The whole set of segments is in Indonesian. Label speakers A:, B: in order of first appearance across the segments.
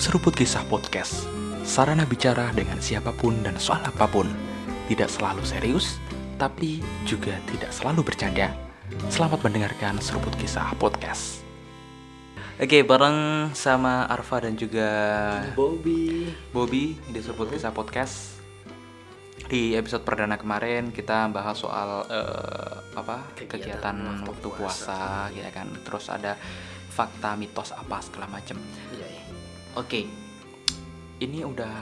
A: Seruput Kisah Podcast. Sarana bicara dengan siapapun dan soal apapun. Tidak selalu serius, tapi juga tidak selalu bercanda. Selamat mendengarkan Seruput Kisah Podcast. Oke, bareng sama Arfa dan juga
B: Bobby.
A: Bobby di Seruput Kisah Podcast. Di episode perdana kemarin kita bahas soal eh, apa kegiatan,
B: Kegiatan
A: waktu,
B: waktu
A: puasa, ya kan. Terus ada fakta mitos apa segala macam.
B: Iya, iya.
A: Oke, ini udah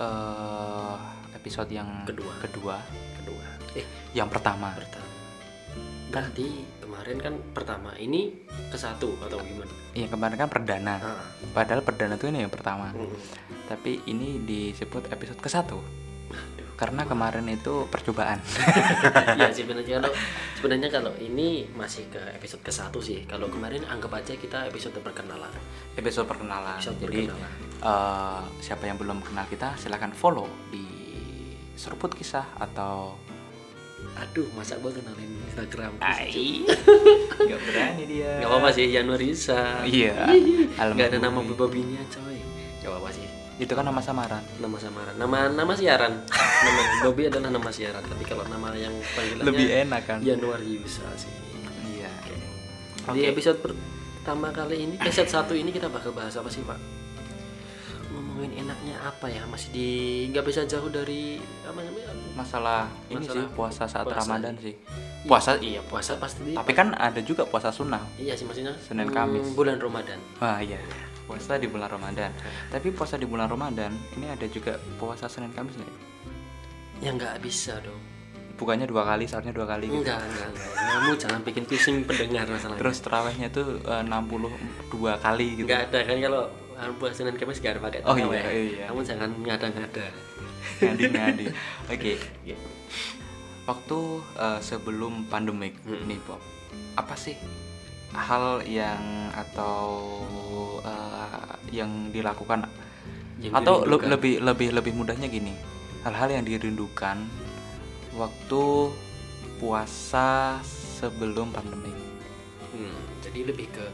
A: eh, episode yang
B: Kedua.
A: kedua.
B: kedua. Eh,
A: Yang pertama
B: pertama. Berarti kemarin kan pertama, ini ke satu atau gimana?
A: Yang kemarin kan perdana.
B: Ah,
A: Padahal perdana tuh ini yang pertama.
B: mm.
A: Tapi ini disebut episode ke satu
B: Aduh.
A: karena kemarin itu percobaan.
B: ya sebenarnya kalau sebenarnya kalau ini masih ke episode ke satu sih. Kalau kemarin anggap aja kita episode perkenalan.
A: episode perkenalan.
B: Episode
A: Jadi
B: perkenalan.
A: eh, siapa yang belum kenal kita silahkan follow di seruput kisah atau
B: Aduh, masa gua kenalin Instagram?
A: Ai, nggak berani dia.
B: Gak apa-apa sih, Januarisa.
A: Iya.
B: Gak ada nama
A: Almarhum.
B: babinya coy. Gak apa-apa sih.
A: Itu kan nama samaran.
B: Nama samaran. Nama nama siaran. Nama Bobby adalah nama siaran, tapi kalau nama yang panggilannya
A: enak kan? Iya.
B: Januari Yusa sih. Di episode per- pertama kali ini, episode satu ini kita bakal bahas apa sih Pak? Ngomongin enaknya apa ya? Masih di nggak bisa jauh dari apa namanya?
A: Masalah ini
B: Masalah
A: sih puasa saat
B: puasa.
A: Ramadan sih. Puasa
B: Iya puasa pasti.
A: tapi kan ada juga puasa sunnah.
B: Iya sih maksudnya.
A: Senin,
B: hmm,
A: Kamis.
B: Bulan Ramadan.
A: Wah iya. Puasa di bulan Ramadan. Tapi puasa di bulan Ramadan ini ada juga puasa Senin Kamis nih.
B: Ya nggak bisa dong.
A: Bukannya dua kali, seharusnya dua kali gitu.
B: Enggak, enggak, enggak. Kamu jangan bikin pusing pendengar masalahnya.
A: Terus terawihnya tuh eh, 62 kali gitu.
B: nggak ada kan kalau buat Senin Kamis nggak ada pakai
A: Oh,
B: terawih.
A: iya, iya.
B: Kamu jangan ngada-ngada.
A: Ngadi ngadi. Oke.
B: Iya.
A: Waktu eh, sebelum pandemik
B: Mm.
A: nih Bob, apa sih hal yang atau eh, yang dilakukan
B: Yang
A: atau le-
B: dirindukan.
A: lebih lebih lebih mudahnya gini hal-hal yang dirindukan waktu puasa sebelum pandemi
B: Hmm, jadi lebih ke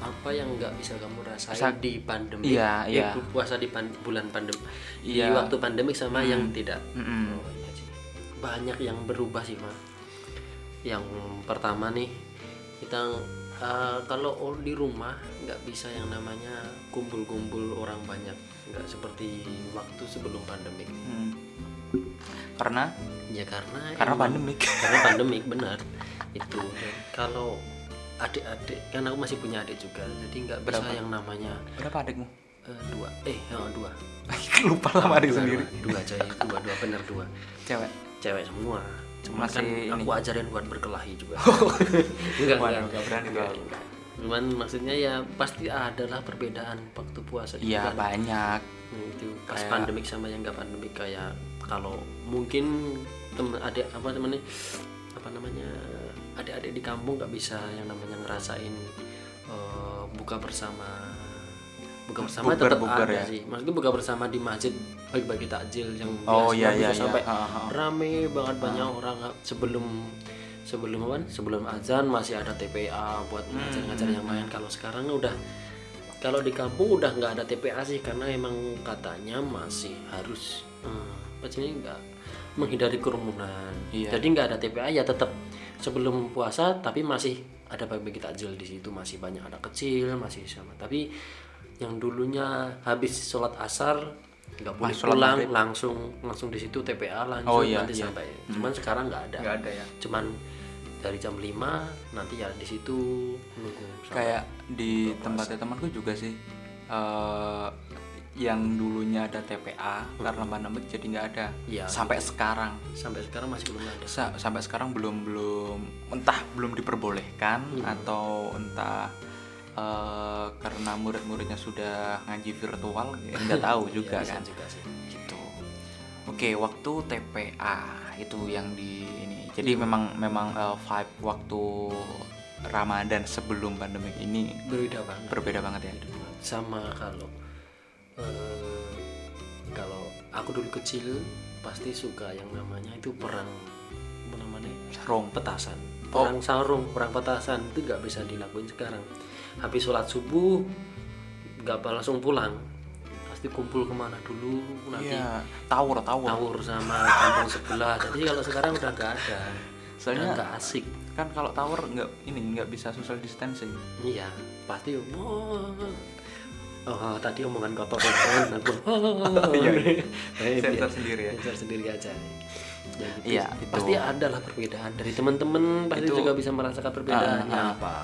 B: apa yang nggak bisa kamu rasain
A: Sa-
B: di pandemi
A: Iya,
B: Eh,
A: iya.
B: bu- puasa di pan- bulan pandemi
A: Iya. Hmm.
B: di waktu pandemi sama yang tidak
A: Mm-mm.
B: Oh, iya sih. banyak yang berubah sih Pak. yang pertama nih kita eh, kalau or- di rumah nggak bisa yang namanya kumpul-kumpul orang banyak nggak seperti waktu sebelum pandemi
A: Hmm. karena
B: ya karena
A: karena
B: emang-
A: pandemik
B: karena pandemik benar itu Dan kalau adik-adik kan aku masih punya adik juga jadi nggak bisa
A: Berapa?
B: yang namanya
A: berapa adikmu
B: eh, dua eh oh, dua
A: lupa sama adik
B: Dua,
A: sendiri
B: dua, dua coy dua dua benar dua
A: cewek
B: cewek semua cuma
A: Masih Oh.
B: kan aku ajarin buat berkelahi juga enggak
A: Waduh, nggak berani tuh aku.
B: enggak. cuman maksudnya ya pasti adalah perbedaan waktu puasa kan.
A: iya
B: Bukan
A: banyak
B: itu pas
A: Kayak-
B: pandemik sama yang nggak pandemik kayak kalau mungkin temen ada apa temennya apa namanya adik-adik di kampung nggak bisa yang namanya ngerasain eh, buka bersama buka bersama
A: Bukber-
B: tetap
A: bukber
B: ada
A: ya?
B: sih maksudnya buka bersama di masjid bagi-bagi takjil yang
A: oh
B: biasanya
A: iya iya
B: bisa
A: iya
B: sampai
A: Ha, ha.
B: rame banget banyak
A: Ah.
B: orang ah, sebelum sebelum apa sebelum azan masih ada TPA buat
A: Hmm,
B: ngajar-ngajar yang lain kalau sekarang udah kalau di kampung udah nggak ada TPA sih karena emang katanya masih harus hmm, apa sih, nggak menghindari kerumunan
A: Iya.
B: jadi nggak ada TPA ya tetap sebelum puasa tapi masih ada bagi-bagi takjil di situ masih banyak anak kecil masih sama tapi yang dulunya habis sholat asar nggak
A: Mas,
B: boleh
A: sholat
B: pulang
A: maghrib.
B: langsung langsung di situ TPA langsung
A: Oh, iya,
B: nanti
A: iya.
B: sampai cuman sekarang nggak ada
A: Nggak ada ya.
B: cuman dari jam 5 nanti ya di situ nunggu sampai-
A: kayak di tempatnya temanku juga sih eh, yang dulunya ada TPA karena pandemi jadi nggak ada
B: Iya.
A: sampai sekarang
B: sampai sekarang masih belum ada
A: Sa- sampai sekarang belum belum entah belum diperbolehkan atau entah eh, karena murid-muridnya sudah ngaji virtual ya nggak tahu juga
B: Bisa
A: kan
B: Iya, juga sih
A: gitu oke waktu TPA itu yang di ini jadi memang memang eh, vibe waktu Ramadan sebelum pandemi ini
B: berbeda banget
A: berbeda banget ya
B: sama kalau eh, kalau aku dulu kecil pasti suka yang namanya itu perang apa namanya
A: serong
B: petasan
A: Oh.
B: perang sarung perang petasan itu nggak bisa dilakuin sekarang habis sholat subuh nggak apa- langsung pulang pasti kumpul kemana dulu nanti
A: Iya, tawur, tawur.
B: tawur sama kampung sebelah jadi kalau sekarang udah nggak ada udah
A: Soalnya
B: nggak asik
A: kan kalau tawur nggak ini nggak bisa social distancing.
B: iya pasti oh, oh, tadi omongan kotor kotoran aku oh,
A: Iya.
B: Eh,
A: Sensor
B: biar-
A: sendiri ya.
B: sensor sendiri aja Ya, gitu.
A: Iya, itu.
B: pasti ada lah perbedaan dari teman-teman pasti
A: Itu-
B: juga bisa merasakan perbedaannya
A: Ah, ah,
B: apa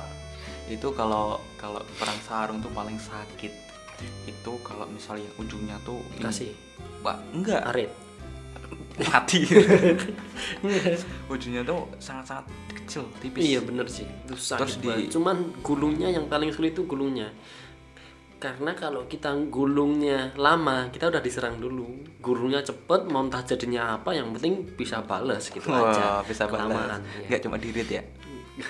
A: Itu kalau kalau perang sarung tuh paling sakit. Itu kalau misalnya ujungnya tuh ini.
B: kasih
A: Wah, enggak
B: arit
A: mati. ujungnya tuh sangat-sangat kecil, tipis.
B: Iya bener sih. Itu sakit
A: Terus di-
B: banget. Cuman gulungnya yang paling sulit itu gulungnya. Karena kalau kita gulungnya lama, kita udah diserang dulu. Gulungnya cepet, mau entah jadinya apa, yang penting bisa bales gitu aja.
A: Wah, bisa
B: Kelamaan,
A: balas.
B: ya.
A: Nggak cuma dirit ya.
B: Iya.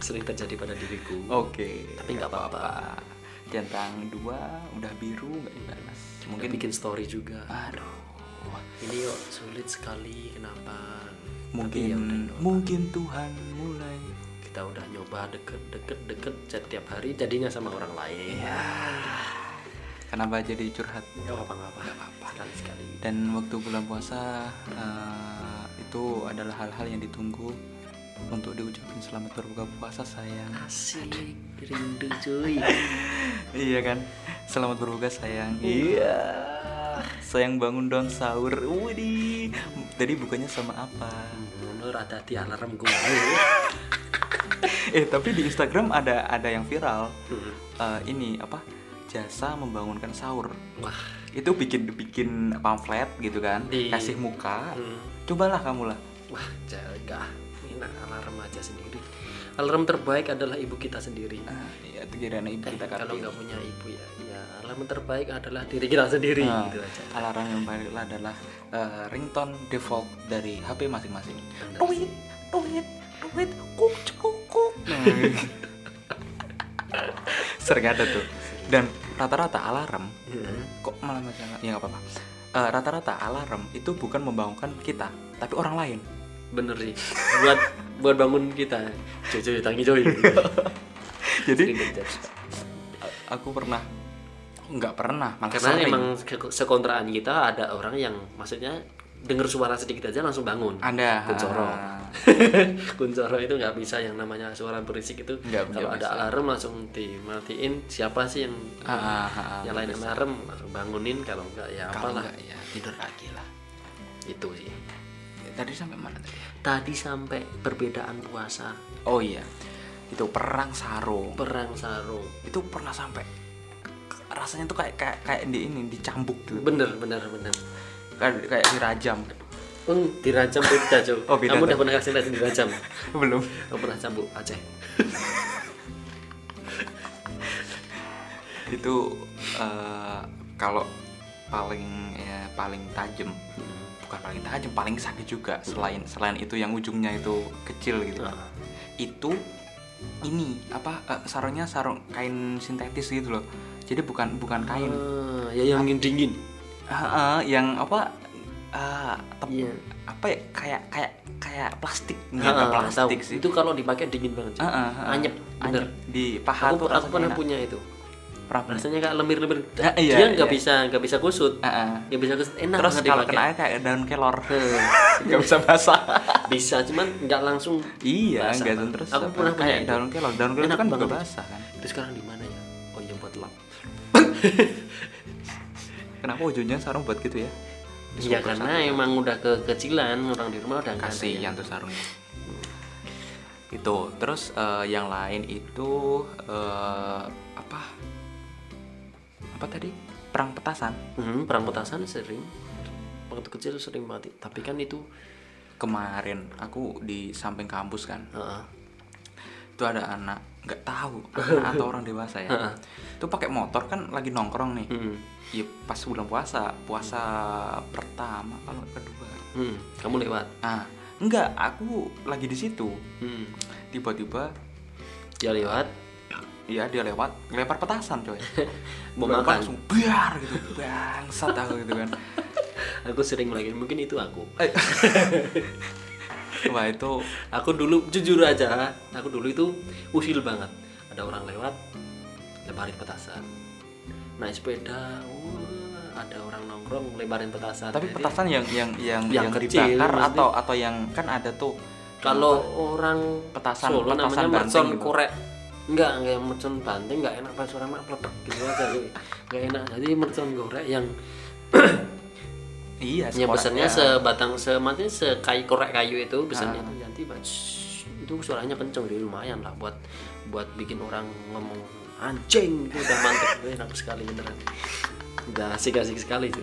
B: Sering terjadi pada diriku.
A: Oke.
B: Tapi nggak apa-apa.
A: Centang dua udah biru nggak dibalas. Mungkin
B: Mungkin bikin story juga.
A: aduh.
B: Ini kok sulit sekali, kenapa?
A: Mungkin
B: Tapi ya udah,
A: mungkin Tuhan mulai.
B: kita udah nyoba deket-deket-deket setiap hari, jadinya sama orang lain.
A: Kenapa jadi curhat?
B: Nggak apa-apa, nggak apa-apa. Sekali-sekali.
A: Dan waktu bulan puasa eh, itu adalah hal-hal yang ditunggu untuk diucapin selamat berbuka puasa sayang.
B: Asik, rindu cuy.
A: iya kan? Selamat berbuka sayang. Iya. Sayang bangun dong sahur. Widih. Tadi bukannya sama apa?
B: Ngono rada di alarm gue.
A: eh tapi di Instagram ada ada yang viral Eh, ini apa jasa membangunkan sahur
B: Wah,
A: itu bikin bikin pamflet gitu kan
B: Di-
A: kasih muka cobalah kamu lah
B: hmm. wah, jaga. Enak alarm aja sendiri. Alarm terbaik adalah ibu kita sendiri.
A: Ah, ya itu kiranya ibu kita
B: Iya. Kalau
A: kartu
B: nggak punya ibu ya, ya alarm terbaik adalah diri kita sendiri
A: Ah.
B: gitu aja.
A: alarm yang paling adalah eh, ringtone default dari HP masing-masing
B: Bener.
A: duit duit duit kuk kuk kuk Nah. sering ada tuh dan rata-rata alarm
B: Hmm.
A: kok malah masalah ya nggak apa-apa Eh, rata-rata alarm itu bukan membangunkan kita tapi orang lain
B: Bener sih. Buat buat bangun kita. Cuy cuy tangi cuy.
A: jadi
B: Sering terjadi.
A: a- aku pernah nggak pernah malah
B: Karena
A: sering.
B: emang se- sekontraan kita ada orang yang maksudnya denger suara sedikit aja langsung bangun.
A: anda
B: Kuncoro.
A: ah,
B: Kuncoro itu nggak bisa yang namanya suara berisik itu
A: Nggak-
B: kalau
A: nggak
B: ada
A: bisa.
B: alarm langsung dimatiin siapa sih yang
A: ah, ah, ah, ah.
B: nyalain alarm langsung bangunin kalau nggak ya
A: kalau
B: apalah
A: nggak ya tidur lagi lah
B: itu sih
A: Ya, tadi sampai mana tadi
B: tadi sampai perbedaan puasa
A: oh iya itu perang sarung
B: perang sarung
A: itu pernah sampai rasanya tuh kayak kayak kayak di ini dicambuk gitu
B: bener bener bener
A: kayak, kayak dirajam
B: Ung, dirajam beda Jo.
A: Oh, beda,
B: kamu
A: tuh.
B: udah pernah kasih rajin dirajam
A: belum
B: kamu pernah cambuk Aceh
A: itu eh, kalau paling ya, paling tajam bukan paling tajam paling sakit juga selain selain itu yang ujungnya itu kecil gitu
B: Ah.
A: itu ini apa eh, sarungnya sarung kain sintetis gitu loh jadi bukan bukan kain
B: Ah, ya yang dingin dingin
A: Ah, ah, yang apa ah, tep-
B: Iya.
A: apa ya kayak kayak kayak plastik nggak
B: Ah,
A: plastik
B: tahu.
A: sih
B: itu kalau dipakai dingin banget Jo.
A: Ah, ah, ah.
B: anyep bener
A: Anyep. di paha
B: aku,
A: tuh
B: aku
A: rasanya
B: pernah
A: enak.
B: punya Hmm. Nah, itu
A: Pernah punya.
B: rasanya kayak lemir-lemir
A: Ah, iya,
B: dia nggak
A: iya.
B: bisa nggak bisa kusut
A: Ah, ah.
B: nggak bisa kusut enak
A: terus
B: banget
A: kalau
B: dipakai.
A: kena air kayak daun kelor
B: Hmm,
A: nggak bisa basah
B: bisa cuman nggak langsung
A: iya
B: Basah,
A: nggak
B: Bang.
A: terus
B: Aku
A: apa,
B: pernah punya
A: kayak
B: itu.
A: daun kelor daun kelor
B: Enak
A: itu kan juga
B: banget.
A: basah kan
B: itu sekarang di mana ya oh iya buat lap
A: kenapa ujungnya sarung buat gitu ya
B: Iya karena emang udah kekecilan orang di rumah udah nggak ada ya.
A: kasih yang
B: yang-
A: tuh sarungnya itu terus eh, yang lain itu eh, apa apa tadi perang petasan
B: Hmm, perang petasan sering waktu kecil sering mati tapi kan itu
A: kemarin aku di samping kampus kan
B: heeh.
A: itu ada anak nggak tahu anak atau orang dewasa ya itu pakai motor kan lagi nongkrong nih
B: Hmm,
A: ya pas bulan puasa puasa pertama kalau kedua
B: hmm, kamu lewat
A: ah enggak aku lagi di situ
B: hmm.
A: tiba-tiba
B: dia lewat
A: ya dia lewat lempar petasan coy
B: Mau
A: Lempar
B: makan.
A: langsung biar gitu bangsat aku gitu kan
B: aku sering lagi mungkin itu aku
A: Eh. wah itu
B: aku dulu jujur aja aku dulu itu usil banget ada orang lewat lebarin petasan naik sepeda wah, ada orang nongkrong lebarin petasan
A: Nah, Tapi
B: Jadi,
A: petasan yang yang yang
B: Yang
A: yang,
B: kecil,
A: dibakar
B: maksudnya.
A: atau atau yang kan ada tuh
B: kalau orang
A: petasan
B: Solo namanya
A: petasan
B: mercon
A: banting gitu.
B: korek enggak enggak yang mercon banting enggak enak pas orang enak peletek gitu aja jadi enggak enak jadi mercon korek yang
A: Iya,
B: yang
A: sekolah-
B: pesannya
A: ya.
B: sebatang sematnya sekai korek kayu itu
A: Ah.
B: pesannya itu ganti Pak. Shhh, itu suaranya kenceng jadi lumayan lah buat buat bikin orang ngomong anjing itu udah mantep Itu enak sekali beneran udah asik-asik sekali itu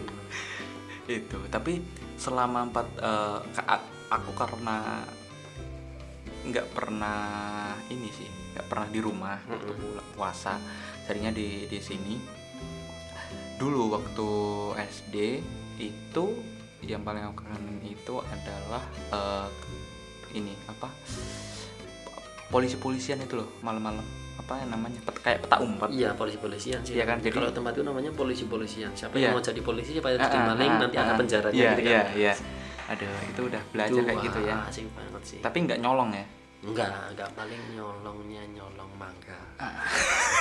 A: itu. Gitu. Tapi selama empat eh, ka- a- aku karena nggak pernah ini sih, nggak pernah di rumah waktu pula- puasa, jadinya di di sini. Dulu waktu SD itu yang paling aku kangen itu adalah eh, ini apa polisi-polisian itu loh malam-malam apa yang namanya pet, kayak peta umpet
B: iya polisi-polisian sih
A: Iya kan, jadi-
B: kalau tempat itu namanya polisi-polisian siapa
A: Iya.
B: yang mau jadi polisi siapa yang
A: Ah,
B: jadi
A: ah,
B: maling
A: ah,
B: nanti ada
A: ah.
B: penjaranya
A: Iya,
B: gitu kan
A: iya, iya. Aduh, itu udah belajar
B: Itu,
A: kayak gitu ya.
B: wah, asik banget sih
A: Tapi nggak nyolong ya.
B: enggak enggak paling nyolongnya nyolong mangga
A: Ah.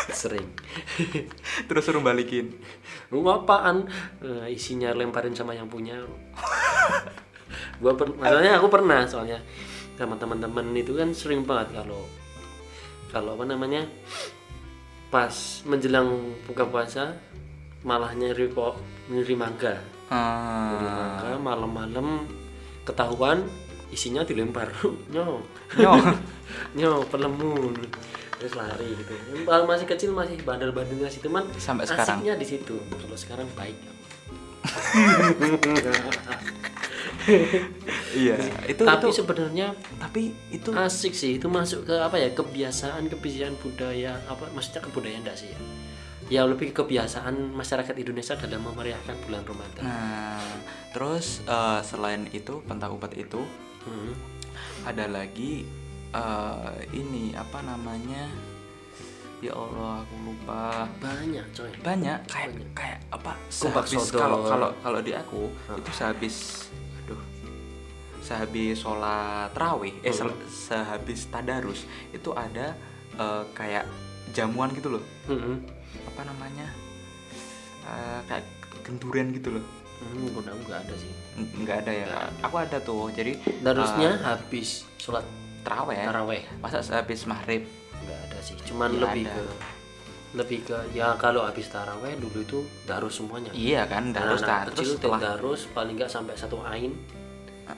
B: sering
A: Terus suruh balikin.
B: Lu apaan? Eh, isinya lemparin sama yang punya. gua per masalahnya aku pernah soalnya sama teman-teman itu kan sering banget kalau kalau apa namanya pas menjelang buka puasa malah nyari kok nyari mangga nyari
A: Ah,
B: mangga malam-malam ketahuan isinya dilempar nyong
A: nyolong.
B: nyong pelemu terus lari gitu Yang masih kecil masih bandel-bandelnya sih teman
A: Sampai sekarang.
B: asiknya di situ kalau sekarang baik
A: Iya. Itu
B: tapi Ah.
A: itu
B: sebenarnya
A: tapi itu
B: asik sih itu masuk ke apa ya kebiasaan kebiasaan budaya apa maksudnya kebudayaan enggak sih ya ya lebih ke kebiasaan masyarakat Indonesia dalam memeriahkan bulan Ramadan
A: nah, terus eh, selain itu pentah umpet itu
B: Hmm.
A: ada lagi eh, ini apa namanya? Ya Allah, aku lupa.
B: banyak coy
A: banyak kayak kayak apa
B: Kubak
A: sehabis
B: sodor.
A: kalau kalau kalau di aku itu sehabis aduh sehabis sholat rawih eh sel- sehabis tadarus itu ada eh, kayak jamuan gitu loh
B: Hmm.
A: apa namanya Eh, kayak kendurian gitu loh
B: Hmm, gua enggak, enggak ada sih
A: N- nggak ada ya aku ada tuh jadi
B: darusnya
A: Ah.
B: habis sholat
A: terawih
B: taraweh
A: masa sehabis maghrib
B: enggak ada sih cuman
A: Nggak
B: lebih
A: ada.
B: ke lebih ke ya kalau habis taraweh dulu itu darus semuanya
A: iya kan darus
B: Anak-anak
A: terus
B: Nah, kecil
A: setelah
B: darus paling nggak sampai satu ain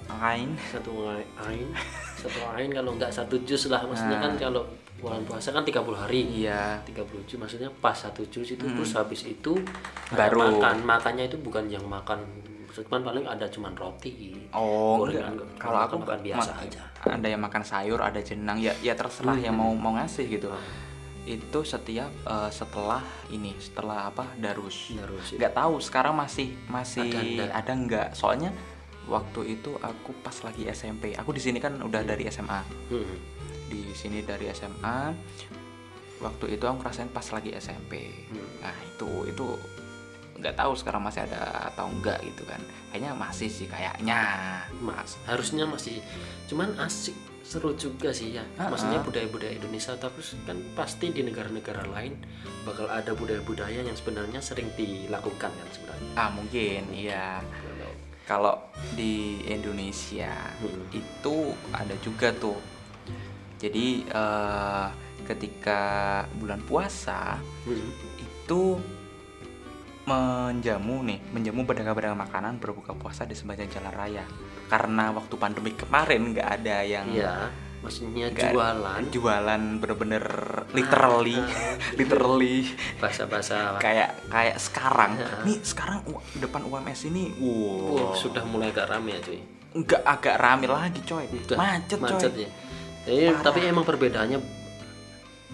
A: lain
B: satu ai- ain satu ain kalau nggak satu jus lah
A: Nah.
B: maksudnya kan kalau bulan puasa kan 30 hari
A: iya
B: 30 jus maksudnya pas satu jus itu terus habis itu ada
A: Hmm. Baru.
B: makan makannya itu bukan yang makan cuman paling ada cuman roti
A: oh
B: Gorengan,
A: enggak.
B: gorengan,
A: kalau aku
B: makan biasa
A: ma-
B: aja
A: ada yang makan sayur ada jenang ya ya terserah yang mau mau ngasih gitu itu setiap eh, setelah ini setelah apa darus
B: terus
A: nggak tahu sekarang masih masih
B: Ada nggak?
A: ada nggak soalnya waktu itu aku pas lagi SMP aku di sini kan udah dari SMA
B: Hmm.
A: di sini dari SMA waktu itu aku ngerasain pas lagi SMP
B: Hmm.
A: nah itu itu nggak tahu sekarang masih ada atau enggak gitu kan kayaknya masih sih kayaknya
B: Mas, harusnya masih cuman asik seru juga sih ya
A: Hmm. Ah,
B: maksudnya
A: ah.
B: budaya-budaya Indonesia tapi kan pasti di negara-negara lain bakal ada budaya-budaya yang sebenarnya sering dilakukan kan sebenarnya
A: ah mungkin iya kalau
B: Kalau
A: di Indonesia
B: Hmm.
A: itu ada juga tuh jadi eh, ketika bulan puasa
B: Hmm.
A: itu menjamu nih menjamu pedagang-pedagang makanan berbuka puasa di sepanjang jalan raya karena waktu pandemi kemarin nggak ada yang
B: Iya, maksudnya
A: Nggak ada.
B: jualan
A: jualan bener-bener literally
B: Ah.
A: literally
B: bahasa-bahasa
A: kayak kayak sekarang nih sekarang u- depan UMS ini wow
B: Iya. Wah, sudah mulai agak rame ya cuy.
A: nggak agak rame lagi coy
B: Udah
A: macet,
B: macet
A: coy
B: ya. Eh, tapi emang perbedaannya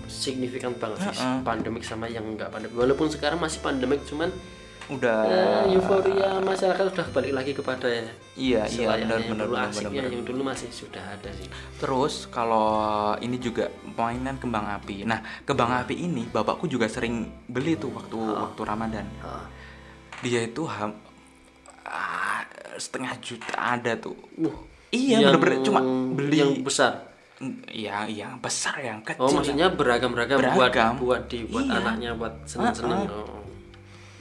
B: signifikan banget sih
A: Heeh.
B: pandemik sama yang enggak pandemik. Walaupun sekarang masih pandemik cuman
A: udah
B: eh, euforia masyarakat sudah balik lagi kepada
A: iya iya
B: selayaknya
A: benar
B: yang
A: benar
B: dulu iya,
A: benar
B: asiknya
A: benar.
B: yang dulu masih sudah ada sih.
A: terus kalau ini juga mainan kembang api nah kembang
B: Iya.
A: api ini bapakku juga sering beli tuh waktu waktu ramadan
B: Ah.
A: dia itu ham ah, setengah juta ada tuh
B: Wah,
A: iya
B: yang-
A: bener-bener Iya, cuma beli
B: yang besar.
A: yang yang besar yang kecil
B: Oh maksudnya beragam-ragam buat
A: Beragam.
B: buat di buat
A: Iya.
B: anaknya buat seneng-seneng. Oh.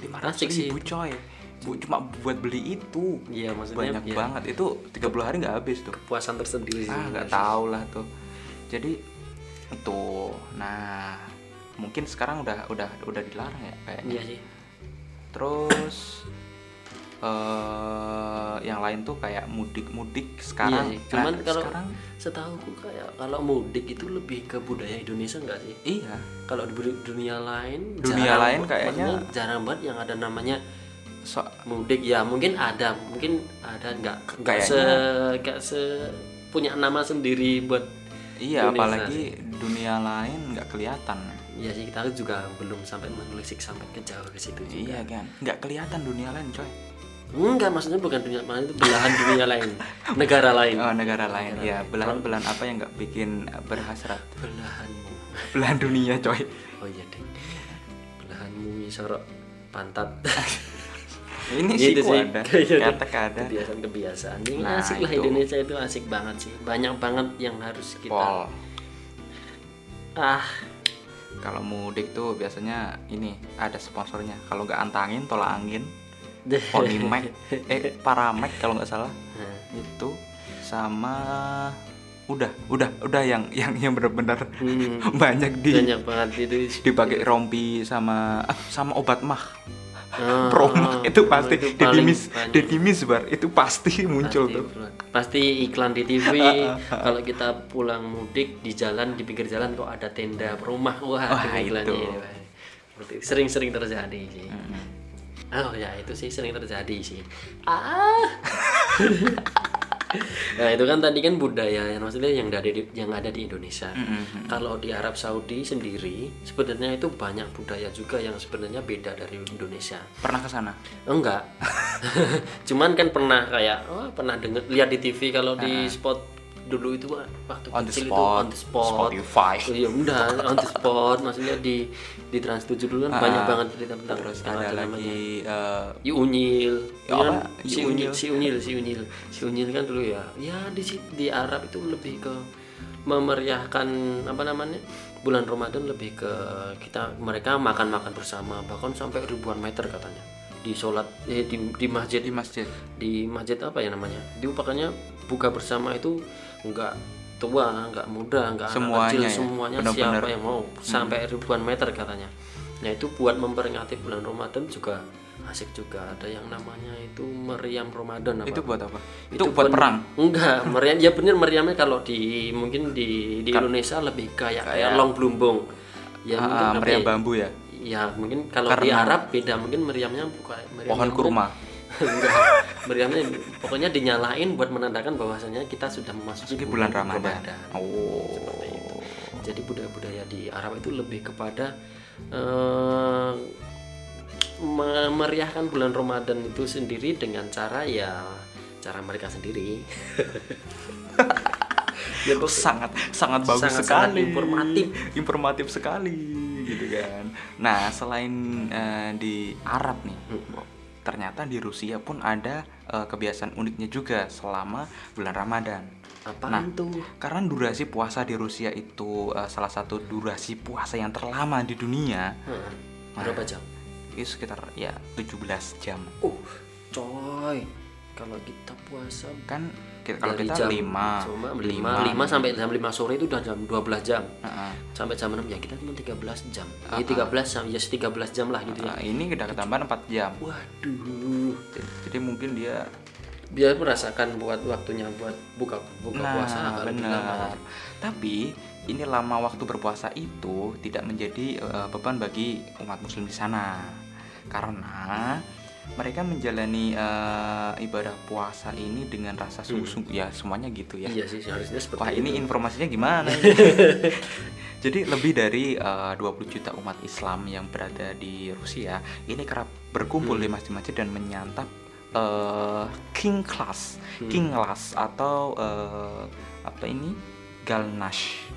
A: lima
B: Asik sih.
A: ribu coy Bu, cuma buat beli itu
B: Iya maksudnya
A: banyak
B: ya,
A: banget itu 30 hari nggak habis tuh
B: puasan tersendiri. sih.
A: ah nggak tahu lah tuh jadi itu nah mungkin sekarang udah udah udah dilarang ya kayaknya
B: Iya sih.
A: terus eh yang lain tuh kayak mudik mudik sekarang
B: Iya sih. Cuman
A: Nah,
B: kalau
A: sekarang
B: setahuku kayak kalau mudik itu lebih ke budaya Indonesia enggak sih?
A: iya
B: Kalau di bud- dunia lain
A: Dunia
B: jarang
A: lain
B: bu-
A: kayaknya-
B: maksudnya jarang banget yang ada namanya
A: so
B: mudik ya mungkin ada mungkin ada nggak nggak
A: Kayaknya-
B: se nggak se punya nama sendiri buat
A: iya
B: Indonesia
A: apalagi dunia lain nggak kelihatan
B: ya sih kita juga belum sampai menelisik sampai ke jauh ke situ juga.
A: iya kan nggak kelihatan dunia lain coy
B: Enggak, maksudnya bukan dunia lain itu belahan dunia lain, negara lain.
A: Oh, negara lain ya belahan belahan apa yang nggak bikin berhasrat
B: Belahanmu.
A: belahan dunia coy
B: Oh iya, Ding. Belahanmu sorok pantat.
A: ini sih
B: Gitu sih.
A: ada
B: Iya, iya.
A: kata ada
B: Kebiasaan-kebiasaan. Ini
A: Nah,
B: asik lah
A: itu.
B: Indonesia itu asik banget sih. Banyak banget yang harus kita
A: pol
B: ah,
A: kalau mudik tuh biasanya ini ada sponsornya kalau nggak antangin tolak angin
B: deh.
A: Polimek eh Paramek kalau nggak salah
B: Nah,
A: itu sama udah udah udah yang yang yang benar-benar
B: hmm,
A: banyak di
B: banyak banget itu
A: dipakai rompi sama ah, sama obat mah
B: Ah,
A: promak
B: ah,
A: itu pasti
B: itu paling
A: dedimis
B: banyak.
A: dedimis bar itu pasti muncul
B: pasti,
A: tuh Ah,
B: Bro. Pasti iklan di TV. kalau kita pulang mudik di jalan di pinggir jalan kok ada tenda rumah. Wah,
A: Wah,
B: itu
A: itu.
B: iklannya. ya, Pak. Berarti Sering-sering terjadi sih.
A: Mm-mm.
B: Oh ya itu sih sering terjadi sih. Ah. nah itu kan tadi kan budaya yang maksudnya yang ada di yang ada di Indonesia.
A: Mm-mm.
B: Kalau di Arab Saudi sendiri sebenarnya itu banyak budaya juga yang sebenarnya beda dari Indonesia.
A: pernah ke sana
B: Enggak. Cuman kan pernah kayak oh, pernah denger lihat di TV kalau di spot dulu itu wah, waktu
A: On the
B: kecil itu
A: spot,
B: on the spot.
A: Spotify.
B: Oh, Iya, udah on the spot maksudnya di di Trans 7 dulu kan banyak
A: Ah.
B: banget cerita tentang
A: terus
B: yang
A: ada
B: namanya.
A: lagi eh,
B: Yu Unyil,
A: Ya,
B: Iya kan?
A: apa? Yu
B: si Unyil,
A: Unyil.
B: si Unyil, si Unyil, si Unyil kan dulu ya. Ya di si- di Arab itu lebih ke memeriahkan apa namanya bulan Ramadan lebih ke kita mereka makan-makan bersama bahkan sampai ribuan meter katanya di sholat eh, di, di masjid
A: di masjid
B: di masjid apa ya namanya itu pakainya buka bersama itu enggak tua enggak muda enggak anak
A: Semuanya
B: kecil
A: ya,
B: semuanya
A: benar-benar. Hmm.
B: siapa yang mau sampai ribuan meter katanya nah itu buat memperingati bulan Ramadan juga asik juga ada yang namanya itu meriam Ramadan apa?
A: itu buat apa itu, buat perang
B: enggak meriam ya bener meriamnya kalau di mungkin di di Indonesia lebih kayak kayak long blumbung ya
A: Ah,
B: mungkin
A: ah,
B: apa
A: meriam
B: ya?
A: bambu ya
B: ya mungkin kalau di Arab beda mungkin meriamnya bukan meriam
A: pohon
B: yang-
A: kurma
B: Enggak. Meriamnya pokoknya dinyalain buat menandakan bahwasannya kita sudah memasuki
A: di bulan Ramadan oh
B: Jadi budaya-budaya di Arab itu lebih kepada eh, me- meriahkan bulan Ramadan itu sendiri dengan cara ya cara mereka sendiri. ya, pokok-
A: sangat sangat bagus
B: Sangat-sangat
A: sekali
B: informatif.
A: informatif sekali gitu kan nah selain eh, di Arab nih ternyata di Rusia pun ada eh, kebiasaan uniknya juga selama bulan Ramadan Nah.
B: apaan tuh?
A: karena durasi puasa di Rusia itu eh, salah satu durasi puasa yang terlama di dunia
B: Hah, berapa jam?
A: itu sekitar ya 17 jam
B: Uh, coy. Kalau kita puasa
A: kan kita, kalau
B: dari
A: kita
B: jam
A: 5
B: cuma 5 sampai jam 5 sore itu udah jam 12 jam. Sampai jam 6 ya kita cuma 13 jam.
A: Ah,
B: Ya 13 jam, ya 13 jam lah gitu ya.
A: ini udah ketambahan 4 jam
B: Waduh.
A: jadi, jadi mungkin dia
B: Biar merasakan buat waktunya buat buka buka puasa
A: nah
B: kalau
A: benar tapi ini lama waktu berpuasa itu tidak menjadi eh, beban bagi umat muslim di sana karena mereka menjalani eh, ibadah puasa ini dengan rasa sungguh-sungguh ya semuanya gitu ya
B: Iya sih harusnya seperti
A: Wah ini
B: itu.
A: informasinya gimana? ini? Jadi lebih dari eh, 20 juta umat Islam yang berada di Rusia ini kerap berkumpul
B: Hmm.
A: di masjid-masjid dan menyantap eh, king class,
B: Hmm.
A: king class atau eh, apa ini galnash.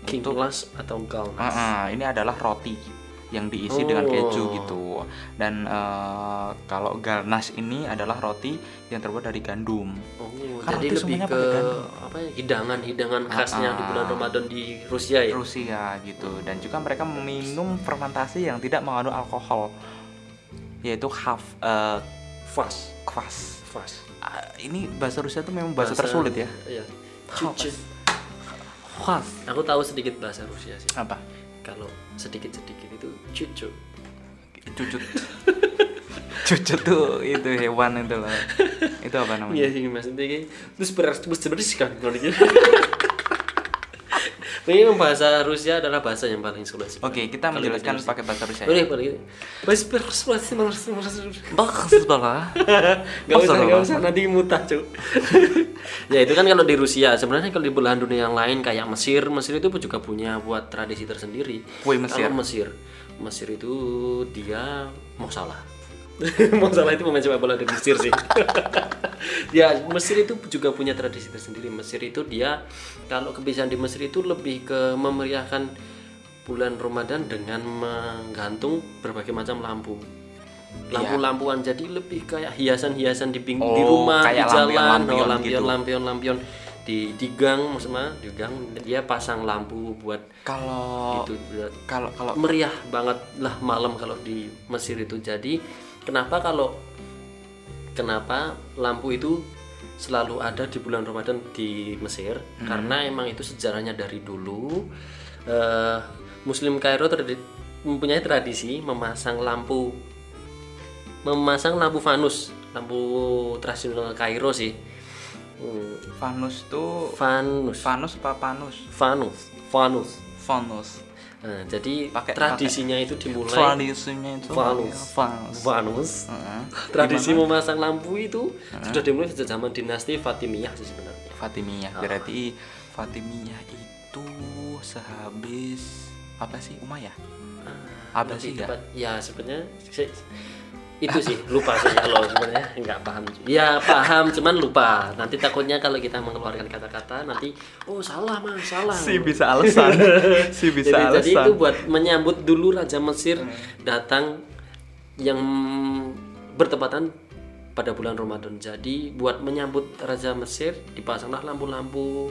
B: King Plus atau Galnas.
A: Ah, ah, ini adalah roti yang diisi dengan
B: Oh.
A: keju gitu. Dan eh, kalau garnas ini adalah roti yang terbuat dari gandum.
B: Oh,
A: Karena
B: jadi
A: itu
B: lebih
A: semuanya
B: ke
A: pakai gandum.
B: apa ya hidangan-hidangan khasnya di bulan
A: Ah.
B: Ramadan di Rusia ya.
A: Rusia gitu dan juga mereka meminum fermentasi yang tidak mengandung alkohol yaitu half eh,
B: Fas,
A: kvass.
B: fas.
A: Ah, ini bahasa Rusia tuh memang bahasa, tersulit ya.
B: Iya.
A: Kvass.
B: Cucu. Aku tahu sedikit bahasa Rusia sih.
A: Apa?
B: Kalau sedikit-sedikit itu cucu.
A: Cucut. Cucut tuh itu hewan itu loh. Itu apa namanya?
B: Iya sih mas Intinya, Terus beras terus bersih kan kalau dikira. Memang bahasa Rusia adalah bahasa yang paling sulit. sih.
A: Oke, kita
B: Kalau
A: menjelaskan
B: bahasa Rusia.
A: pakai bahasa Rusia. ya.
B: Boleh, boleh. Bahasa beras pasti beras beras.
A: Bahasa sebelah.
B: Gak usah,
A: Masalah.
B: gak usah, nanti mutah cuy Ya itu kan kalau di Rusia, sebenarnya kalau di belahan dunia yang lain kayak Mesir, Mesir itu juga punya buat tradisi tersendiri
A: Woi, Mesir.
B: Kalau Mesir, Mesir itu dia mau salah Mau salah itu pemain sepak bola di Mesir sih Ya Mesir itu juga punya tradisi tersendiri Mesir itu dia, kalau kebiasaan di Mesir itu lebih ke memeriahkan bulan Ramadan dengan menggantung berbagai macam lampu lampu-lampuan jadi lebih kayak hiasan-hiasan di ping di
A: Oh,
B: rumah
A: kayak
B: di jalan
A: lampion-lampion
B: oh, lampion,
A: gitu.
B: lampion lampion di di gang maksudnya di gang dia pasang lampu buat
A: Kalau
B: itu buat
A: kalau kalau
B: meriah banget lah malam kalau di Mesir itu jadi kenapa kalau kenapa lampu itu selalu ada di bulan Ramadan di Mesir
A: Hmm.
B: karena emang itu sejarahnya dari dulu eh, Muslim Kairo tradi- mempunyai tradisi memasang lampu memasang lampu fanus lampu tradisional Kairo sih Hmm,
A: Vanus tuh
B: fanus
A: Vanus apa Panus?
B: fanus fanus
A: Vanus.
B: Nah, jadi
A: Pakai-
B: tradisinya itu dimulai
A: Tradisinya itu
B: Vanus.
A: Vanus.
B: Vanus
A: Heeh.
B: tradisi memasang lampu itu sudah dimulai sejak zaman dinasti Fatimiyah sih sebenarnya
A: Fatimiyah.
B: Ah.
A: Berarti Fatimiyah itu sehabis apa sih Umayyah? Apa
B: Lebih
A: sih ya?
B: tepat- ya sebenarnya se- itu sih lupa sih kalau sebenarnya nggak paham ya paham cuman lupa nanti takutnya kalau kita mengeluarkan kata-kata nanti oh salah mas salah
A: bisa alasan. si
B: jadi, jadi itu buat menyambut dulu Raja Mesir
A: Hmm.
B: datang yang bertepatan pada bulan Ramadan. Jadi buat menyambut Raja Mesir dipasanglah lampu-lampu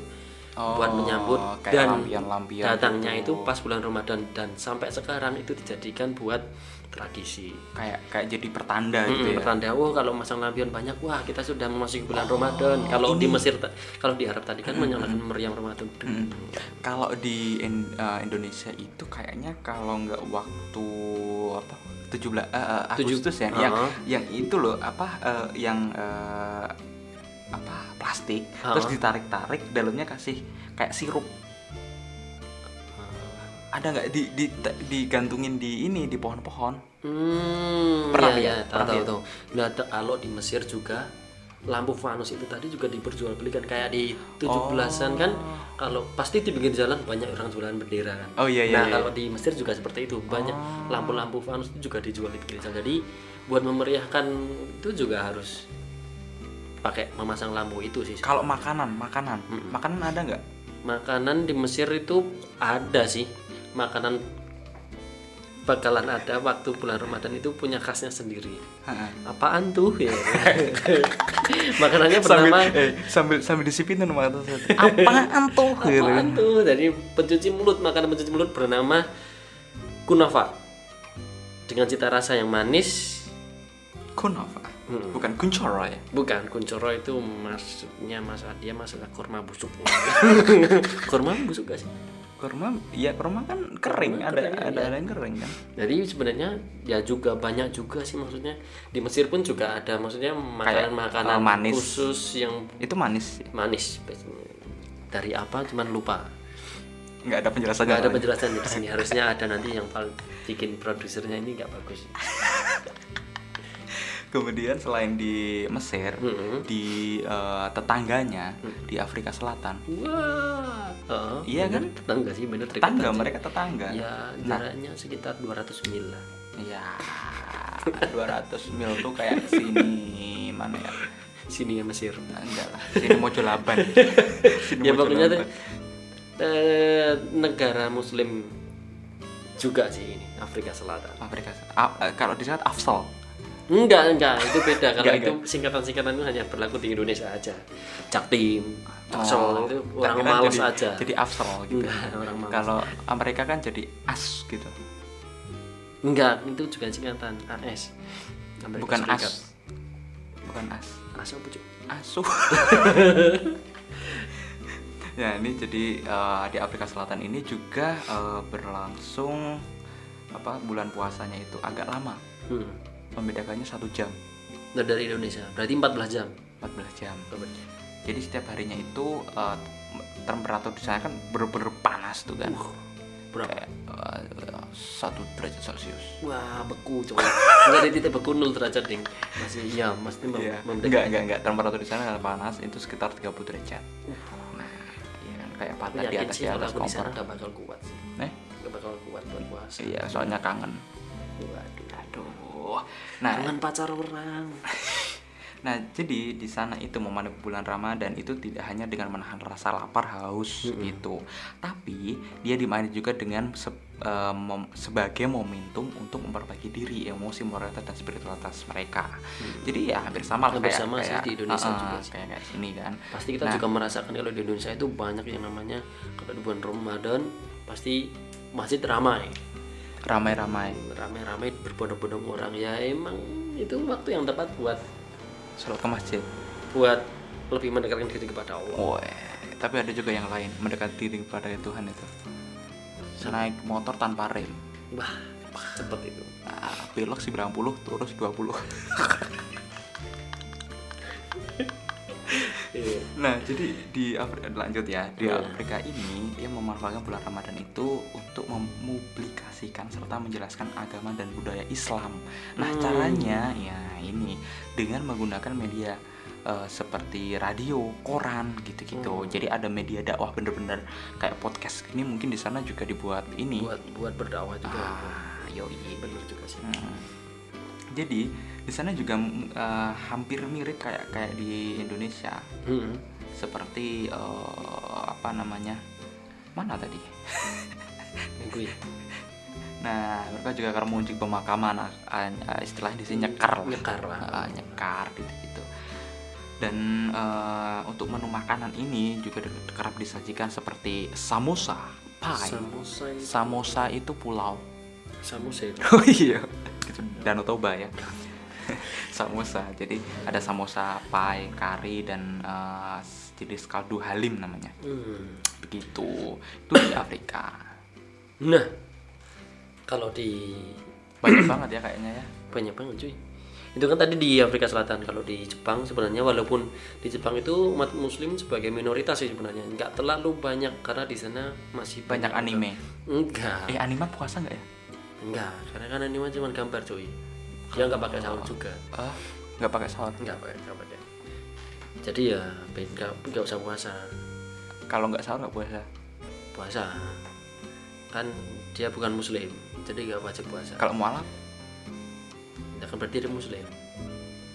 A: Oh,
B: buat menyambut
A: kayak
B: dan
A: lampion-lampion
B: datangnya
A: gitu.
B: itu pas bulan Ramadan dan sampai sekarang itu dijadikan buat tradisi.
A: kayak kayak jadi pertanda gitu ya.
B: Mm,
A: Oh,
B: pertanda oh kalau masang lampion banyak wah kita sudah memasuki bulan Ramadan. Kalau di Mesir ta- kalau di Arab tadi kan
A: Hmm,
B: menyalakan meriam Ramadan.
A: Kalau di In- eh, Indonesia itu kayaknya kalau nggak waktu apa 17 eh, eh,
B: Tujuh- Ah.
A: Agustus ya,
B: Heeh.
A: yang yang itu loh apa eh, yang eh, apa plastik terus
B: Heeh.
A: ditarik-tarik dalamnya kasih kayak sirup.
B: Hmm.
A: Ada nggak di, di digantungin di ini di pohon-pohon?
B: Hmm,
A: Pernah
B: ya,
A: lihat?
B: ya, tahu,
A: Pernah
B: tahu,
A: lihat?
B: tahu. Nah, te- kalau di Mesir juga lampu fanus itu tadi juga diperjualbelikan kayak di 17-an kan kalau pasti di pinggir jalan banyak orang jualan bendera kan.
A: Oh, iya, iya, iya.
B: Nah,
A: Oh.
B: kalau di Mesir juga seperti itu. Banyak lampu-lampu fanus itu juga dijual di pinggir jalan. Jadi buat memeriahkan itu juga harus pakai memasang lampu itu sih.
A: Kalau makanan, makanan, makanan ada nggak?
B: Makanan di Mesir itu ada sih. Makanan bakalan ada waktu bulan Ramadan itu punya khasnya sendiri.
A: Heeh.
B: apaan tuh ya makanannya
A: Sambil,
B: pertama
A: eh, sambil sambil disipin makanan satu. Apaan tuh? Gitu kan.
B: apaan tuh dari pencuci mulut makanan pencuci mulut bernama kunafa dengan cita rasa yang manis
A: Kunafa. Bukan kuncoro ya.
B: bukan kuncoro itu maksudnya mas dia masalah kurma busuk kurma busuk gak sih
A: Kurma, ya kurma kan kering, ada
B: kering,
A: ada
B: iya.
A: ada yang kering kan.
B: jadi sebenarnya ya juga banyak juga sih maksudnya di Mesir pun juga ada maksudnya
A: eh,
B: makanan-makanan
A: manis.
B: khusus yang
A: Itu manis, sih.
B: manis dari apa cuman lupa
A: nggak ada penjelasannya.
B: Gak ada
A: soalnya.
B: penjelasan di sini. Harusnya ada nanti yang paling bikin produsernya ini nggak bagus.
A: Kemudian selain di Mesir,
B: Mm-mm.
A: di eh, tetangganya di Afrika Selatan,
B: Wah.
A: Iya kan?
B: Tetangga sih bener terikat
A: tetangga Nah.
B: aja.
A: mereka tetangga.
B: Ya jaraknya sekitar 200 mil lah.
A: Iya. 200 mil tuh kayak sini mana ya?
B: Sini ya Mesir.
A: Nah, enggak lah. Sini Mojolaban. sini
B: ya pokoknya
A: Mojolaban.
B: tuh, eh, negara Muslim juga sih ini Afrika Selatan.
A: Afrika A- eh, kalau di sana Afsel
B: Enggak, enggak, itu beda kalau
A: Enggak,
B: itu singkatan-singkatan itu hanya berlaku di Indonesia aja. Jaktim, Jaksel itu
A: Oh,
B: orang
A: tak kira
B: malas
A: jadi-
B: aja. Hmm.
A: jadi Afsel gitu
B: Enggak, orang malas.
A: kalau Amerika kan jadi as gitu
B: Enggak, itu juga singkatan AS. Amerika
A: bukan
B: Serikat.
A: as bukan as
B: AS apa cuy?
A: asuh ya ini jadi eh, di Afrika Selatan ini juga eh, berlangsung apa bulan puasanya itu agak lama
B: Hmm.
A: membedakannya satu jam
B: Nah, dari Indonesia. Berarti 14 jam.
A: 14 jam jadi setiap harinya itu eh, tem- temperatur di sana kan bener-bener panas tuh kan
B: Uh, Berapa?
A: kayak eh, satu derajat celcius
B: Wah, beku coy. Enggak di titik beku 0 derajat ding. Masih iya, mesti mem
A: Iya,
B: membedakan.
A: enggak enggak enggak temperatur di sana sangat panas itu sekitar 30 derajat nah iya kan kayak
B: Aku
A: patah di
B: yakin
A: atas
B: sih
A: di
B: kalau
A: atas
B: aku di
A: kompor
B: sana enggak bakal kuat sih.
A: eh
B: Enggak bakal kuat buat puasa.
A: iya soalnya kangen
B: Waduh.
A: Aduh. Nah,
B: Dengan pacar orang.
A: nah jadi di sana itu memanai bulan Ramadan itu tidak hanya dengan menahan rasa lapar haus gitu, tapi dia dimainkan juga dengan se- eh, mom- sebagai momentum untuk memperbaiki diri, emosi, moralitas dan spiritualitas mereka. Jadi ya hampir sama lah
B: Hampir
A: kayak,
B: sama sih
A: kayak-
B: di Indonesia
A: eh,
B: juga
A: eh,
B: sih.
A: kayak kayak sini kan.
B: pasti kita
A: Nah.
B: juga merasakan kalau di Indonesia itu banyak yang namanya kalau di bulan Ramadan pasti masjid ramai
A: Ramai-ramai
B: ramai-ramai berbondong-bondong orang ya emang itu waktu yang tepat buat
A: sholat ke masjid.
B: buat lebih mendekatkan diri kepada Allah
A: Woi, tapi ada juga yang lain mendekati diri kepada Tuhan itu. Naik motor tanpa rem.
B: wah seperti itu
A: Nah, belok 90 terus 20.
B: iya
A: Nah, jadi di Afri- lanjut ya. Di Afrika ini ia memanfaatkan bulan Ramadan itu untuk memublikasikan serta menjelaskan agama dan budaya Islam. Nah,
B: Hmm.
A: caranya ya ini dengan menggunakan media eh, seperti radio, koran
B: Hmm.
A: gitu-gitu. Jadi ada media dakwah bener-bener kayak podcast ini mungkin di sana juga dibuat ini.
B: buat buat berdakwah juga
A: Ah, yoi.
B: bener juga sih
A: Hmm. Jadi di sana juga mm, eh, hampir mirip kayak kayak di Indonesia
B: Hmm.
A: seperti eh, apa namanya mana tadi
B: Gue ya.
A: nah mereka juga akan mengunjung pemakaman ah, ah, istilah di sini nyekar lah
B: Nyekar lah.
A: Ah, nyekar gitu gitu dan eh, untuk menu makanan ini juga di- kerap disajikan seperti samosa pie
B: samosa itu-
A: samosa itu pulau
B: samosa itu
A: oh iya itu Danau Toba ya samosa jadi ada samosa pie kari dan eh, jenis kaldu halim namanya
B: Hmm.
A: begitu itu di Afrika
B: nah kalau di
A: banyak banget ya kayaknya ya
B: banyak banget cuy itu kan tadi di Afrika Selatan kalau di Jepang sebenarnya walaupun di Jepang itu umat Muslim sebagai minoritas sih sebenarnya nggak terlalu banyak karena di sana masih
A: banyak anime
B: enggak
A: eh anime puasa nggak ya
B: enggak karena kan anime cuma gambar cuy dia nggak pakai sahur juga
A: Eh, nggak pakai sahur
B: nggak pakai nggak pakai jadi ya ben- nggak nggak usah puasa
A: kalau nggak sahur nggak puasa
B: puasa kan dia bukan Muslim jadi nggak wajib puasa
A: kalau mualaf
B: dia kan berdiri Muslim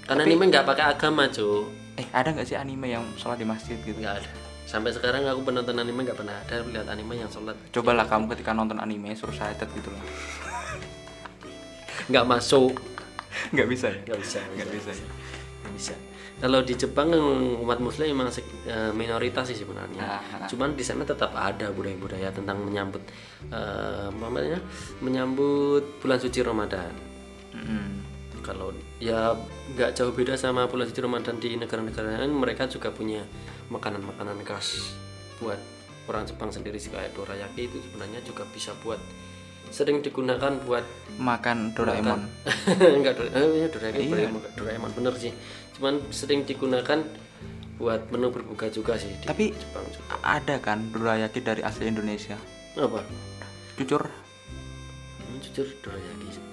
B: karena anime nggak pakai agama cuy
A: eh ada nggak sih anime yang sholat di masjid gitu
B: nggak ada sampai sekarang aku penonton anime nggak pernah ada lihat anime yang sholat
A: cobalah kamu ketika nonton anime suruh syahadat gitu loh
B: nggak masuk
A: nggak bisa ya
B: nggak bisa
A: nggak bisa ya
B: nggak bisa kalau di Jepang yang umat Muslim memang sek- eh, minoritas sih sebenarnya
A: Ah, ah.
B: cuman di sana tetap ada budaya-budaya tentang menyambut eh, apa namanya menyambut bulan suci Ramadan
A: Mm-mm.
B: kalau ya nggak jauh beda sama bulan suci Ramadan di negara-negara lain mereka juga punya makanan-makanan khas buat orang Jepang sendiri sih kayak dorayaki itu sebenarnya juga bisa buat sering digunakan buat
A: makan Doraemon
B: enggak dora, eh, iya, dorayaki
A: Iya.
B: Doraemon, Doraemon, bener sih cuman sering digunakan buat menu berbuka juga sih di
A: Tapi-
B: Jepang juga.
A: A- ada kan dorayaki dari asli Indonesia
B: apa
A: jujur
B: Hmm, jujur dorayaki sih.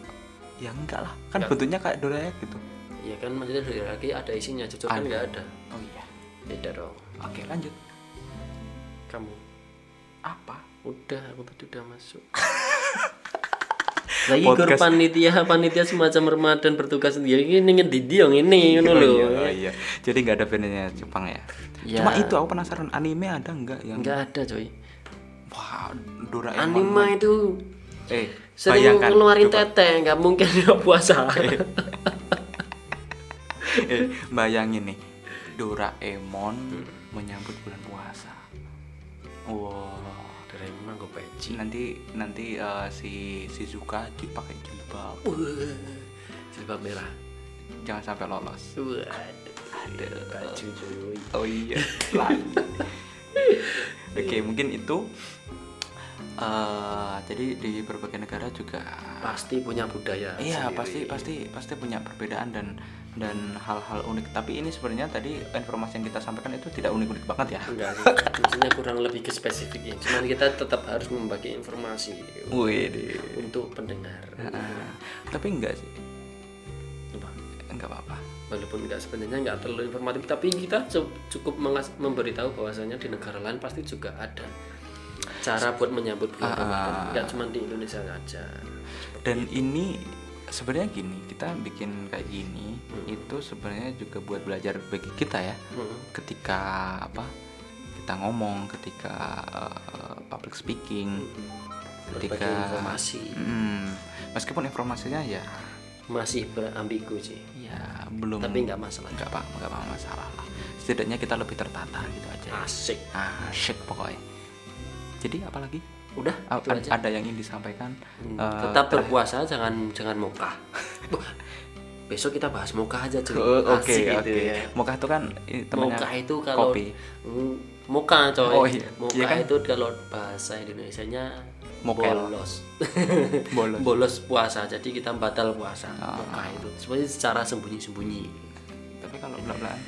A: ya enggak lah kan bentuknya kayak dorayaki gitu
B: ya kan maksudnya dorayaki ada isinya jujur kan nggak ada
A: oh iya
B: beda dong
A: oke lanjut
B: kamu
A: apa
B: Udah, aku tadi udah masuk. Lagi gur
A: Podcast.
B: panitia, panitia semacam Ramadan bertugas sendiri ini ngedidi yang ini ngono lho.
A: iya, oh iya. Jadi nggak ada bandnya Jepang ya.
B: Ya.
A: Cuma itu aku penasaran anime ada nggak yang
B: Enggak ada, coy.
A: wah Doraemon.
B: Anime itu
A: eh
B: sering
A: bayangkan
B: ngeluarin
A: coba. Iya.
B: teteh nggak mungkin dia puasa
A: Eh, bayangin nih Doraemon menyambut bulan puasa wow
B: Oh, dari mana gue peci
A: nanti nanti eh, si Shizuka dipakai jilbab
B: jilbab merah
A: jangan sampai lolos
B: Wah,
A: Aduh.
B: baju cuy
A: oh iya lagi. oke mungkin itu Eh, jadi di berbagai negara juga
B: pasti punya budaya
A: Iya
B: Nah, sendiri.
A: pasti pasti pasti punya perbedaan dan dan hal-hal unik. Tapi ini sebenarnya tadi informasi yang kita sampaikan itu tidak unik-unik banget ya.
B: enggak sih maksudnya kurang lebih ke spesifiknya cuman kita tetap harus membagi informasi
A: Wih. di-
B: untuk pendengar
A: Nah, tapi enggak sih,
B: Apa?
A: enggak apa-apa.
B: walaupun nggak sebenarnya nggak terlalu informatif tapi kita cu- cukup mengas- memberitahu bahwasanya di negara lain pasti juga ada cara buat menyambut bulan Ramadan nggak cuma di Indonesia aja
A: Dan ini sebenarnya gini, kita bikin kayak gini itu sebenarnya juga buat belajar bagi kita ya.
B: Hmm.
A: Ketika apa? Kita ngomong, ketika eh, public speaking,
B: berbagi
A: ketika
B: informasi
A: Mm, meskipun informasinya ya
B: masih berambigu sih
A: ya belum
B: tapi nggak masalah
A: nggak apa nggak apa masalah lah setidaknya kita lebih tertata gitu aja
B: asik
A: asyik pokoknya jadi apalagi
B: udah
A: A-
B: itu
A: ad-
B: aja
A: ada yang ingin disampaikan
B: Hmm,
A: Eh,
B: tetap berpuasa jangan jangan mokah besok kita bahas mokah aja cuy
A: oh, oke
B: Asik
A: oke
B: itu ya.
A: Mocha itu kan eh, temannya
B: Mocha itu kalau
A: kopi
B: Mm, Mocha coy.
A: Oh, iya.
B: Mocha
A: Iya kan?
B: itu kalau bahasa Indonesianya
A: Mokel.
B: bolos.
A: bolos Ah.
B: bolos puasa. Jadi kita batal puasa. Mocha itu sebenarnya secara sembunyi-sembunyi.
A: tapi kalau belak belaan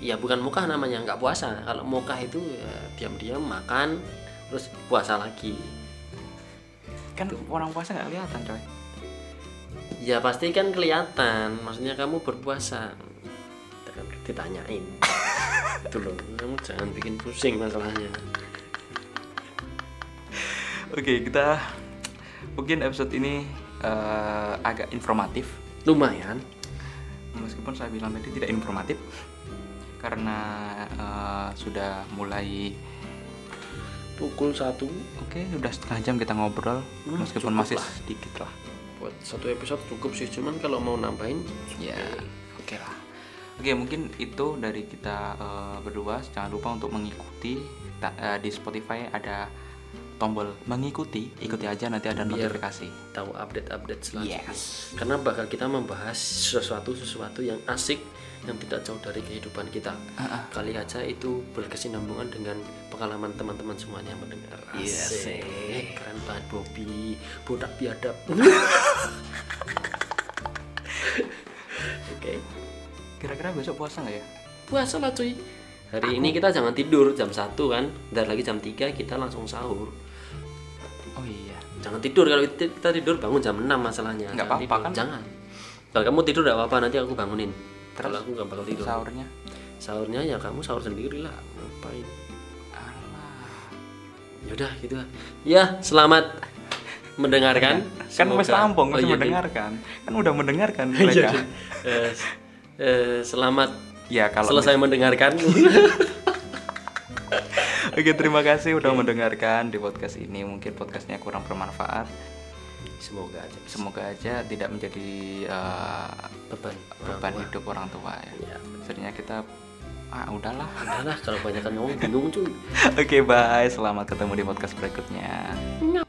B: Ya bukan mocha namanya, nggak puasa. Kalau mocha itu ya, diam-diam makan terus puasa lagi.
A: kan orang puasa nggak kelihatan coy
B: Ya pasti kan kelihatan, maksudnya kamu berpuasa. Kita kan ditanyain. Itu loh, kamu jangan bikin pusing masalahnya.
A: oke kita mungkin episode ini eh, agak informatif
B: Lumayan.
A: meskipun saya bilang tadi tidak informatif karena eh, sudah mulai
B: Pukul satu
A: Oke, udah setengah jam kita ngobrol,
B: Hmm,
A: meskipun
B: cukup
A: masih
B: lah.
A: sedikit lah.
B: buat satu episode cukup sih cuman kalau mau nambahin Iya.
A: Ya, oke lah. Oke, mungkin itu dari kita eh, berdua. Jangan lupa untuk mengikuti Ta- eh, di Spotify ada tombol mengikuti. Ikuti aja nanti ada
B: Biar-
A: notifikasi.
B: tahu update-update selanjutnya
A: Yes.
B: karena bakal kita membahas sesuatu sesuatu yang asik yang tidak jauh dari kehidupan kita kali aja itu berkesinambungan dengan pengalaman teman-teman semuanya yang mendengar
A: Yes,
B: Asik. keren banget Bobby bodak biadab oke
A: Kira-kira besok puasa nggak ya?
B: puasa lah cuy hari ini kita jangan tidur jam 1 kan dan lagi jam 3 kita langsung sahur
A: Oh iya.
B: Jangan tidur kalau ti- kita tidur bangun jam 6
A: Nggak
B: masalahnya. Jangan
A: apa-apa
B: tidur.
A: kan?
B: Jangan. Kalau kamu tidur nggak apa-apa nanti aku bangunin. Kalau aku nggak bakal tidur.
A: Sahurnya?
B: Sahurnya ya kamu sahur sendiri lah. Ngapain? Ah, Yaudah gitu lah. Ya selamat mendengarkan.
A: Kan
B: Semoga-
A: Mas Lampung
B: Oh,
A: masih
B: iya,
A: mendengarkan. Kan udah mendengarkan
B: iya, iya.
A: mereka.
B: Eh, eh, selamat
A: ya kalau Iya.
B: selesai mendengarkan.
A: Oke, terima kasih udah mendengarkan di podcast ini. Mungkin podcastnya kurang bermanfaat.
B: Semoga aja bisa
A: Semoga aja tidak menjadi eh,
B: beban.
A: beban hidup orang tua ya.
B: Ya.
A: Sebenarnya kita ah udahlah.
B: Udahlah kalau banyak ngomong bingung cuy.
A: Oke, bye. Selamat ketemu di podcast berikutnya.
B: Nyam.